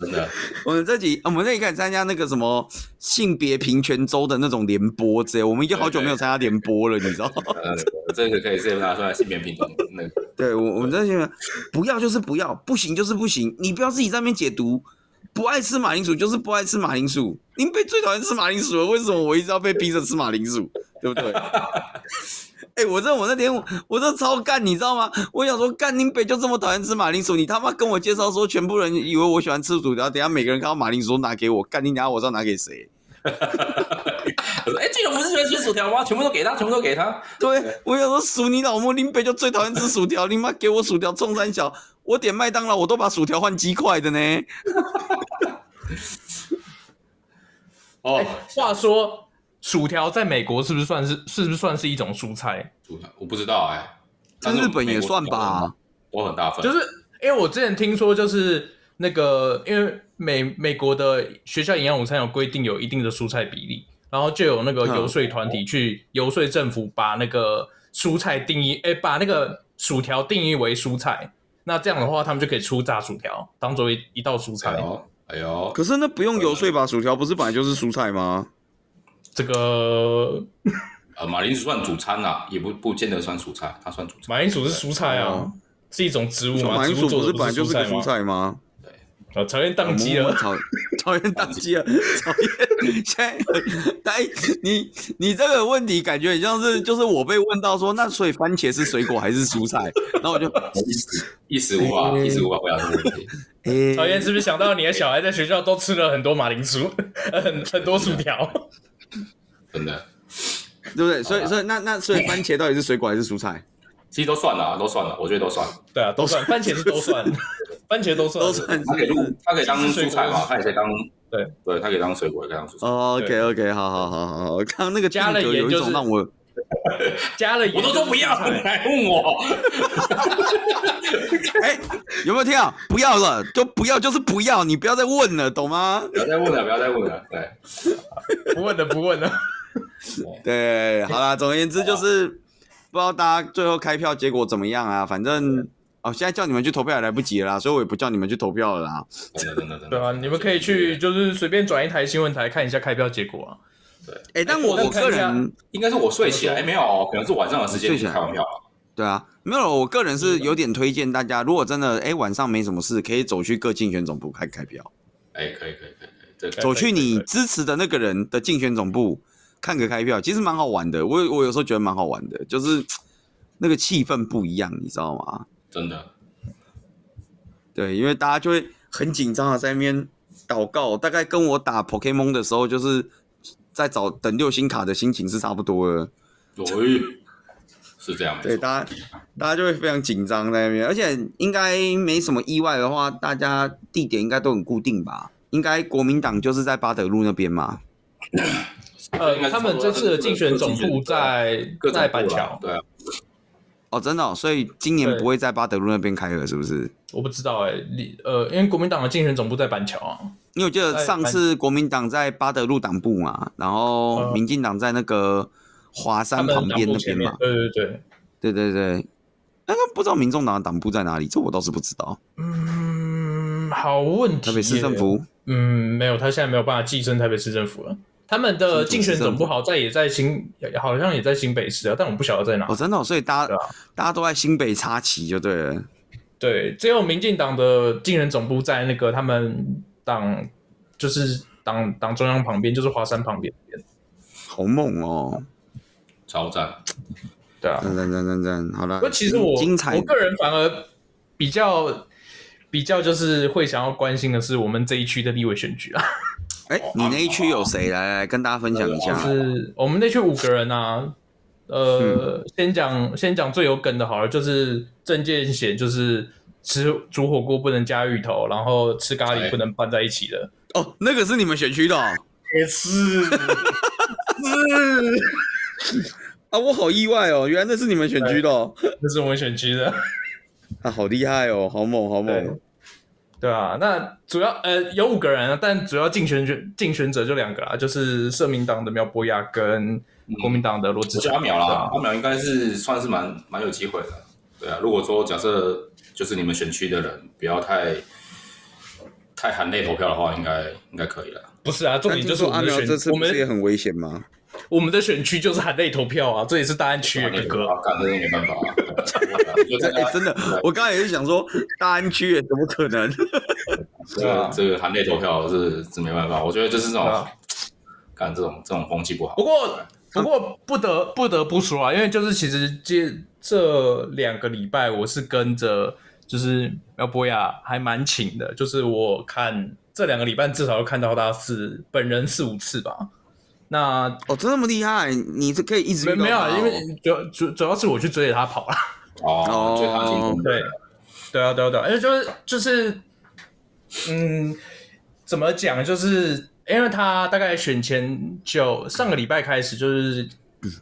Speaker 4: 真的
Speaker 3: 我们这集，我们这里可以参加那个什么性别平权周的那种联播之类，我们已经好久没有参加联播了，你知道吗？
Speaker 4: 呃，这个可以直接拿出来性别平等那个，
Speaker 3: 对我，我们这些不要就是不要，不行就是不行，你不要自己在那边解读，不爱吃马铃薯就是不爱吃马铃薯，您被最讨厌吃马铃薯了，为什么我一直要被逼着吃马铃薯，对不对？ 哎、我这我那天我这超干，你知道吗？我想说干您北就这么讨厌吃马铃薯，你他妈跟我介绍说全部人以为我喜欢吃薯条，等一下每个人看到马铃薯都拿给我，干你娘，我知道拿给谁？
Speaker 4: 我说哎，巨龙不是喜欢吃薯条吗？全部都给他，全部都给他，
Speaker 3: 对，我有时候数你老母，林北就最讨厌吃薯条，你妈给我薯条冲三小，我点麦当劳我都把薯条换鸡块的呢。
Speaker 4: 哦，
Speaker 1: 哎
Speaker 3: 哎
Speaker 1: 话说，薯条在美国是不是算是是不是算是一种蔬菜？
Speaker 4: 薯条我不知道哎，
Speaker 3: 在
Speaker 4: 但是
Speaker 3: 日本也算吧，
Speaker 4: 我很大份，
Speaker 1: 就是因为我之前听说，就是那个因为美美国的学校营养午餐有规定有一定的蔬菜比例，然后就有那个
Speaker 3: 嗯
Speaker 1: 游说团体去游说政府把那个蔬菜定义，哎、把那个薯条定义为蔬菜。那这样的话，他们就可以出炸薯条当做一一道蔬菜
Speaker 4: 哎。
Speaker 3: 哦
Speaker 4: 呦哎呦，
Speaker 3: 可是那不用游说吧？薯条不是本来就是蔬菜吗？
Speaker 1: 这个
Speaker 4: 呃，马铃薯算主餐呐，也不不见得算主菜，它算主菜。
Speaker 1: 马铃薯是蔬菜啊，
Speaker 3: 哦
Speaker 1: 是一种植物嘛，
Speaker 3: 马铃
Speaker 1: 啊植物
Speaker 3: 薯
Speaker 1: 做
Speaker 3: 不
Speaker 1: 的
Speaker 3: 本来就是个
Speaker 1: 蔬
Speaker 3: 蔬
Speaker 1: 菜吗？
Speaker 3: 菜吗？
Speaker 1: 哦，曹燕宕机了，
Speaker 3: 讨 讨厌宕机了， 讨厌。啊现在，哎，你你这个问题感觉很像是，就是我被问到说，那所以番茄是水果还是蔬菜？然后 我就，
Speaker 4: 一时一时无法，一时无法回答这个问题。
Speaker 3: 哎、
Speaker 1: 曹燕是不是想到你的小孩在学校都吃了很多马铃薯， 呃很很多薯条？
Speaker 4: 真的，
Speaker 3: 对不对？所以所以那那所以番茄到底是水果还是蔬菜？
Speaker 4: 其实都算了啊，都算了，我觉得都算。
Speaker 1: 对啊，都算，番茄是都算， 番茄都算，
Speaker 3: 都算
Speaker 4: 它可以
Speaker 3: 是。
Speaker 4: 它可以当蔬菜嘛，它也可以当
Speaker 1: 对
Speaker 4: 对，它可以当水果，也可以当蔬
Speaker 3: 哦
Speaker 4: 菜。
Speaker 3: OK OK，好好好好好，刚刚那个
Speaker 1: 加了
Speaker 3: 定格
Speaker 1: 盐
Speaker 3: 有一
Speaker 1: 就
Speaker 3: 种
Speaker 1: 是
Speaker 3: 让我
Speaker 1: 加了盐
Speaker 4: 我都说
Speaker 1: 就是
Speaker 4: 不要，
Speaker 1: 蔬
Speaker 4: 你
Speaker 1: 菜
Speaker 4: 还问我？
Speaker 3: 哎，有没有听好？不要了，就不要，就是不要，你不要再问了，懂吗？
Speaker 4: 不要再问了，不要再问了。对，
Speaker 1: 不问了不问了。
Speaker 3: 对，好啦，总而言之就是不知道大家最后开票结果怎么样啊？反正哦，现在叫你们去投票也来不及了啦，所以我也不叫你们去投票了啦。
Speaker 4: 真的真的真的。
Speaker 1: 对啊，你们可以去，就是随便转一台新闻台看一下开票结果啊。
Speaker 3: 哎、但我
Speaker 1: 哎
Speaker 3: 我
Speaker 1: 我
Speaker 3: 个
Speaker 1: 看一下
Speaker 3: 人
Speaker 4: 应该是我睡起来，哎没有，可能是晚上的时间
Speaker 3: 睡起来
Speaker 4: 开完票了。
Speaker 3: 对啊，没有，我个人
Speaker 1: 嗯
Speaker 3: 是有点推荐大家，如果真的哎、晚上没什么事，可以走去各竞选总部开开票，
Speaker 4: 哎，可以可以可以可以，这个
Speaker 1: 对
Speaker 3: 走去你
Speaker 1: 对对
Speaker 3: 支持的那个人的竞选总部看个开票，其实蛮好玩的。我我有时候觉得蛮好玩的，就是那个气氛不一样，你知道吗？
Speaker 4: 真的
Speaker 3: 对，因为大家就会很紧张的在那边祷告，大概跟我打 Pokemon 的时候，就是在找等六星卡的心情是差不多的。
Speaker 4: 对，是这样。
Speaker 3: 对，大家大家就会非常紧张在那边，而且应该没什么意外的话，大家地点应该都很固定吧？应该国民党就是在巴德路那边嘛？
Speaker 1: 呃，他们这次的竞选总部在
Speaker 4: 各种
Speaker 1: 在板桥，
Speaker 4: 对啊，
Speaker 3: 哦，真的哦、所以今年
Speaker 1: 对
Speaker 3: 不会在巴德路那边开了，是不是？
Speaker 1: 我不知道哎、你呃，因为国民党的竞选总部在板桥啊。
Speaker 3: 因为我记得
Speaker 1: 在
Speaker 3: 上次国民党在巴德路党部嘛，然后
Speaker 1: 嗯
Speaker 3: 民进党在那个华
Speaker 1: 他
Speaker 3: 山
Speaker 1: 们
Speaker 3: 旁
Speaker 1: 党
Speaker 3: 边
Speaker 1: 部
Speaker 3: 那
Speaker 1: 前
Speaker 3: 边
Speaker 1: 面
Speaker 3: 嘛。
Speaker 1: 对对对，
Speaker 3: 对对对，那个不知道民众党的党部在哪里，这我倒是不知道。
Speaker 1: 嗯，好问题耶。
Speaker 3: 台北市政府
Speaker 1: 嗯，没有，他现在没有办法寄生台北市政府了。他们的竞选总部好在也在新，好像也在新北市啊，但我不晓得在哪。
Speaker 3: 哦，真的哦、所以大家、
Speaker 1: 对啊
Speaker 3: 大家都在新北插旗就对了。
Speaker 1: 对，只有民进党的竞选总部在那个他们党，就是党党中央旁边，就是华山旁边。
Speaker 3: 好猛哦！
Speaker 4: 超赞。
Speaker 1: 对啊，
Speaker 3: 赞赞赞赞赞，好了
Speaker 1: 不，过其实我
Speaker 3: 嗯精彩
Speaker 1: 我个人反而比较比较就是会想要关心的是我们这一区的立委选举啊，
Speaker 3: 哎、你那一区有谁来来跟大家分享一
Speaker 1: 就
Speaker 3: 下？
Speaker 1: 是我们那区五个人啊，呃，
Speaker 3: 嗯
Speaker 1: 先讲先讲最有梗的好了，就是郑建贤就是吃煮火锅不能加芋头，然后吃咖喱
Speaker 4: 哎
Speaker 1: 不能拌在一起的，
Speaker 3: 哦，那个是你们选区的、哦、
Speaker 1: 也是是，
Speaker 3: 啊，我好意外哦，原来那是你们选区的、哦，
Speaker 1: 这是我们选区的。
Speaker 3: 啊，好厉害哦，好猛好
Speaker 1: 对
Speaker 3: 猛，
Speaker 1: 对啊，那主要呃有五个人啊，但主要竞选者竞选者就两个啦，就是社民党的苗博雅跟国民党的罗志
Speaker 4: 嗯我觉
Speaker 1: 祥。
Speaker 4: 得阿
Speaker 1: 对
Speaker 4: 淼啦
Speaker 1: 啊，
Speaker 4: 阿淼应该是算是蛮蛮有机会的。对啊，如果说假设就是你们选区的人不要太太含泪投票的话，应该应该可以了。
Speaker 1: 不是啊，重
Speaker 3: 那
Speaker 1: 点
Speaker 3: 听
Speaker 1: 就是
Speaker 3: 说
Speaker 1: 我
Speaker 3: 阿
Speaker 1: 们的
Speaker 3: 苗这次
Speaker 1: 选我
Speaker 3: 不是也
Speaker 1: 们
Speaker 3: 很危险吗？
Speaker 1: 我们的选区就是含泪投票啊，这也是大安区
Speaker 4: 那
Speaker 1: 的
Speaker 4: 个
Speaker 1: 哥
Speaker 4: 啊，干这个没 办法啊。就
Speaker 1: 啊
Speaker 3: 哎、真的，我刚才也是想说，大安区也怎么可 能？
Speaker 4: 这
Speaker 3: 啊
Speaker 4: 个这个含泪投票是是没办法，我觉得就是这种
Speaker 1: 对啊
Speaker 4: 干这种这种风气不好
Speaker 1: 不。过不过不得不得不说啊，因为就是其实这这两个礼拜我是跟着就是苗博雅还蛮勤的，就是我看这两个礼拜至少要看到他是本人四五次吧。那
Speaker 3: 哦，真那么厉害？你是可以一直
Speaker 1: 没
Speaker 3: 遇到
Speaker 1: 没有
Speaker 3: 他
Speaker 1: 啊，
Speaker 3: 哦
Speaker 1: 因为主主主要是我去追着他跑啊了。
Speaker 4: 哦
Speaker 3: 哦，
Speaker 4: 就他挺
Speaker 1: 对，对啊，对啊，对啊，因为就是就是，嗯，怎么讲？就是因为他大概选前就上个礼拜开始，就是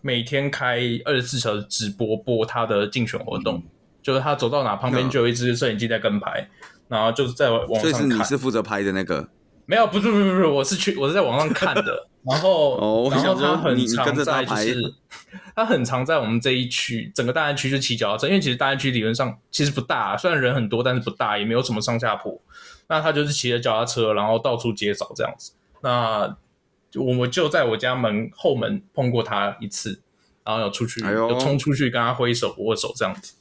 Speaker 1: 每天开二十四小时直播播他的竞选活动，就是他走到哪旁边
Speaker 3: 嗯
Speaker 1: 就有一只摄影机在跟拍，然后就是在网
Speaker 3: 所以是
Speaker 1: 上
Speaker 3: 你
Speaker 1: 看。
Speaker 3: 是负责拍的那个
Speaker 1: 没有，不是，不是，不是，我是去，我是在网上看 的。然后，
Speaker 3: 哦我
Speaker 1: 然后
Speaker 3: 想说
Speaker 1: 他
Speaker 3: 你
Speaker 1: 很
Speaker 3: 你
Speaker 1: 常
Speaker 3: 跟着他
Speaker 1: 在，就
Speaker 3: 拍
Speaker 1: 是他很常在我们这一区，整个大安区就骑脚踏车，因为其实大安区理论上其实不大，啊虽然人很多，但是不大，也没有什么上下坡。那他就是骑着脚踏车，然后到处接扫这样子。那我我就在我家门后门碰过他一次，然后有出去，
Speaker 3: 哎呦
Speaker 1: 有冲出去跟他挥手握手这样子。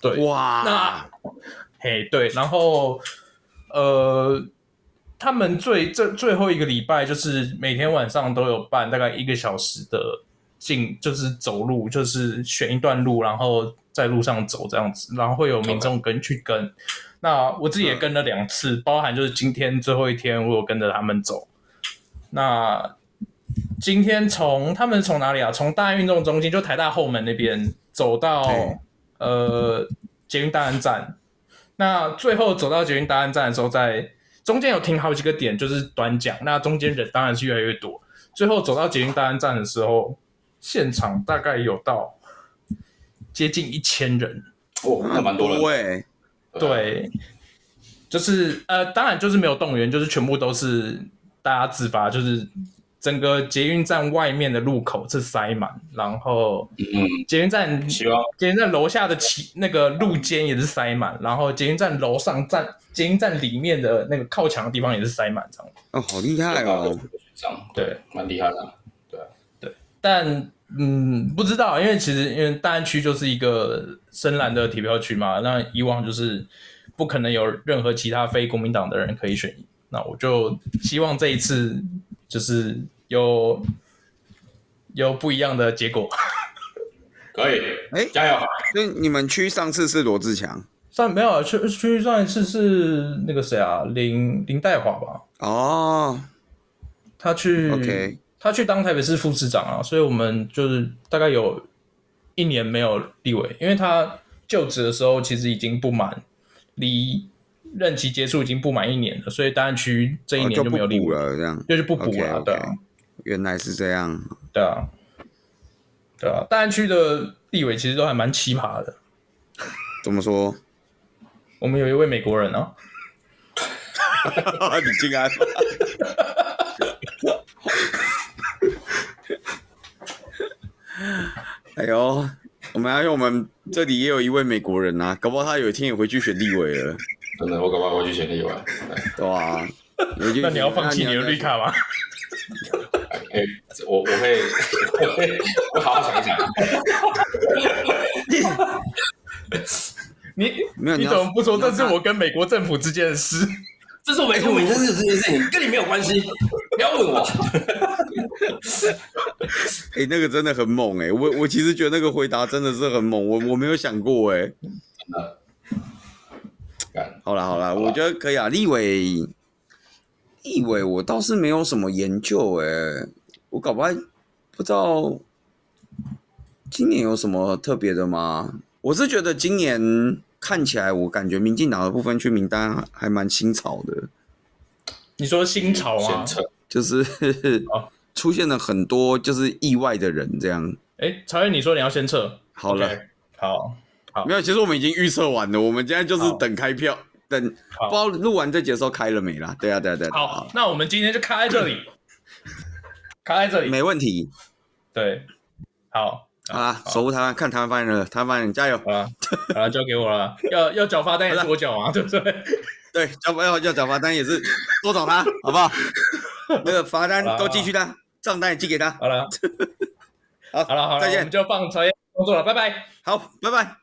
Speaker 1: 对，
Speaker 3: 哇，
Speaker 1: 那嘿，对，然后呃，他们最这最后一个礼拜就是每天晚上都有办大概一个小时的进，就是走路，就是选一段路，然后在路上走这样子，然后会有民众跟去跟。那我自己也跟了两次，包含就是今天最后一天，我有跟着他们走。那今天从他们从哪里啊？从大安运动中心，就台大后门那边走到
Speaker 3: 对
Speaker 1: 呃捷运大安站。那最后走到捷运大安站的时候在，中间有停好几个点，就是短讲。那中间人当然是越来越多。最后走到捷运大安站的时候，现场大概有到接近一千人。
Speaker 4: 哦，那蛮多人的。
Speaker 3: 哎，
Speaker 1: 对，就是呃，当然就是没有动员，就是全部都是大家自发，就是整个捷运站外面的路口是塞满，然后
Speaker 4: 嗯，
Speaker 1: 捷运站
Speaker 4: 希望
Speaker 1: 捷运站楼下的骑那个路肩也是塞满，然后捷运站楼上站捷运站里面的那个靠墙的地方也是塞满这样。
Speaker 3: 哦，好厉害哦！
Speaker 1: 啊
Speaker 4: 这样
Speaker 1: 对，
Speaker 4: 蛮厉害的啊。
Speaker 1: 但嗯，不知道，因为其实因为大安区就是一个深蓝的铁票区嘛，那以往就是不可能有任何其他非国民党的人可以选赢。那我就希望这一次就是有有不一样的结果，
Speaker 4: 可以，
Speaker 3: 哎
Speaker 4: 加油！
Speaker 3: 所以你们区上次是罗志强
Speaker 1: 算没有啊去去上一次是那个谁啊，林林黛华吧，
Speaker 3: 哦
Speaker 1: 他去
Speaker 3: ，OK，
Speaker 1: 他去当台北市副市长啊，所以我们就是大概有一年没有立委，因为他就职的时候其实已经不满，离任期结束已经不满一年了，所以大安区这一
Speaker 3: 哦
Speaker 1: 年
Speaker 3: 不
Speaker 1: 没有立
Speaker 3: 补
Speaker 1: 委，
Speaker 3: 了，这样
Speaker 1: 就是不补了，
Speaker 3: OK，OK
Speaker 1: 对啊，
Speaker 3: 原来是这样。
Speaker 1: 对啊，对啊，大安区的立委其实都还蛮奇葩的。
Speaker 3: 怎么说？
Speaker 1: 我们有一位美国人啊，
Speaker 3: 啊你竟然哎呦，我们还有我们这里也有一位美国人啊，搞不好他有一天也回去选立委了，
Speaker 4: 真的，我搞不好我去选立委。哎对
Speaker 3: 对吧、啊？
Speaker 1: 那你要放弃你的绿卡吗？
Speaker 4: 哎，这我我会 我会我好好想一想。
Speaker 1: 你
Speaker 3: 没有
Speaker 1: 你
Speaker 3: 你要
Speaker 1: 怎么不说
Speaker 3: 你要
Speaker 1: 这是我跟美国政府之间的事？
Speaker 4: 这哎是我没问你，这是这件事情跟你没有关系，不要问我。
Speaker 3: 哎、那个真的很猛哎、我我其实觉得那个回答真的是很猛，我我没有想过哎、
Speaker 4: 干
Speaker 3: 好啦好啦，
Speaker 4: 啦
Speaker 3: 我觉得可以啊。立伟，立伟，我倒是没有什么研究哎、我搞不太不知道今年有什么特别的吗？我是觉得今年看起来，我感觉民进党的部分区名单还还蛮新潮的，
Speaker 1: 你说新潮啊吗
Speaker 4: 先？撤，
Speaker 3: 就是
Speaker 1: 哦
Speaker 3: 出现了很多就是意外的人这样。
Speaker 1: 哎，曹燕，你说你要先撤，
Speaker 3: 好了
Speaker 1: OK，好，好
Speaker 3: 没有，其实我们已经预测完了，我们现在就是
Speaker 1: 好
Speaker 3: 等开票，等不知
Speaker 1: 好
Speaker 3: 道录完这节的时候开了没啦？对啊对啊对啊，
Speaker 1: 好，，那我们今天就卡在这 里，卡在这里。
Speaker 3: 没问题。
Speaker 1: 对，好，
Speaker 3: 好啦，守护台湾，看台湾发言人了，台湾发言人加油！
Speaker 1: 好了，好了，交给我了。要要缴罚单也是我缴啊，对不对？
Speaker 3: 对，交要要缴罚单也是多找他，好不好？那个罚单都寄去他，账单也寄给他。
Speaker 1: 好了，
Speaker 3: 好，
Speaker 1: 好了，好了，
Speaker 3: 再
Speaker 1: 我们就
Speaker 3: 见，
Speaker 1: 放曹燕工作了，拜拜。
Speaker 3: 好，拜拜。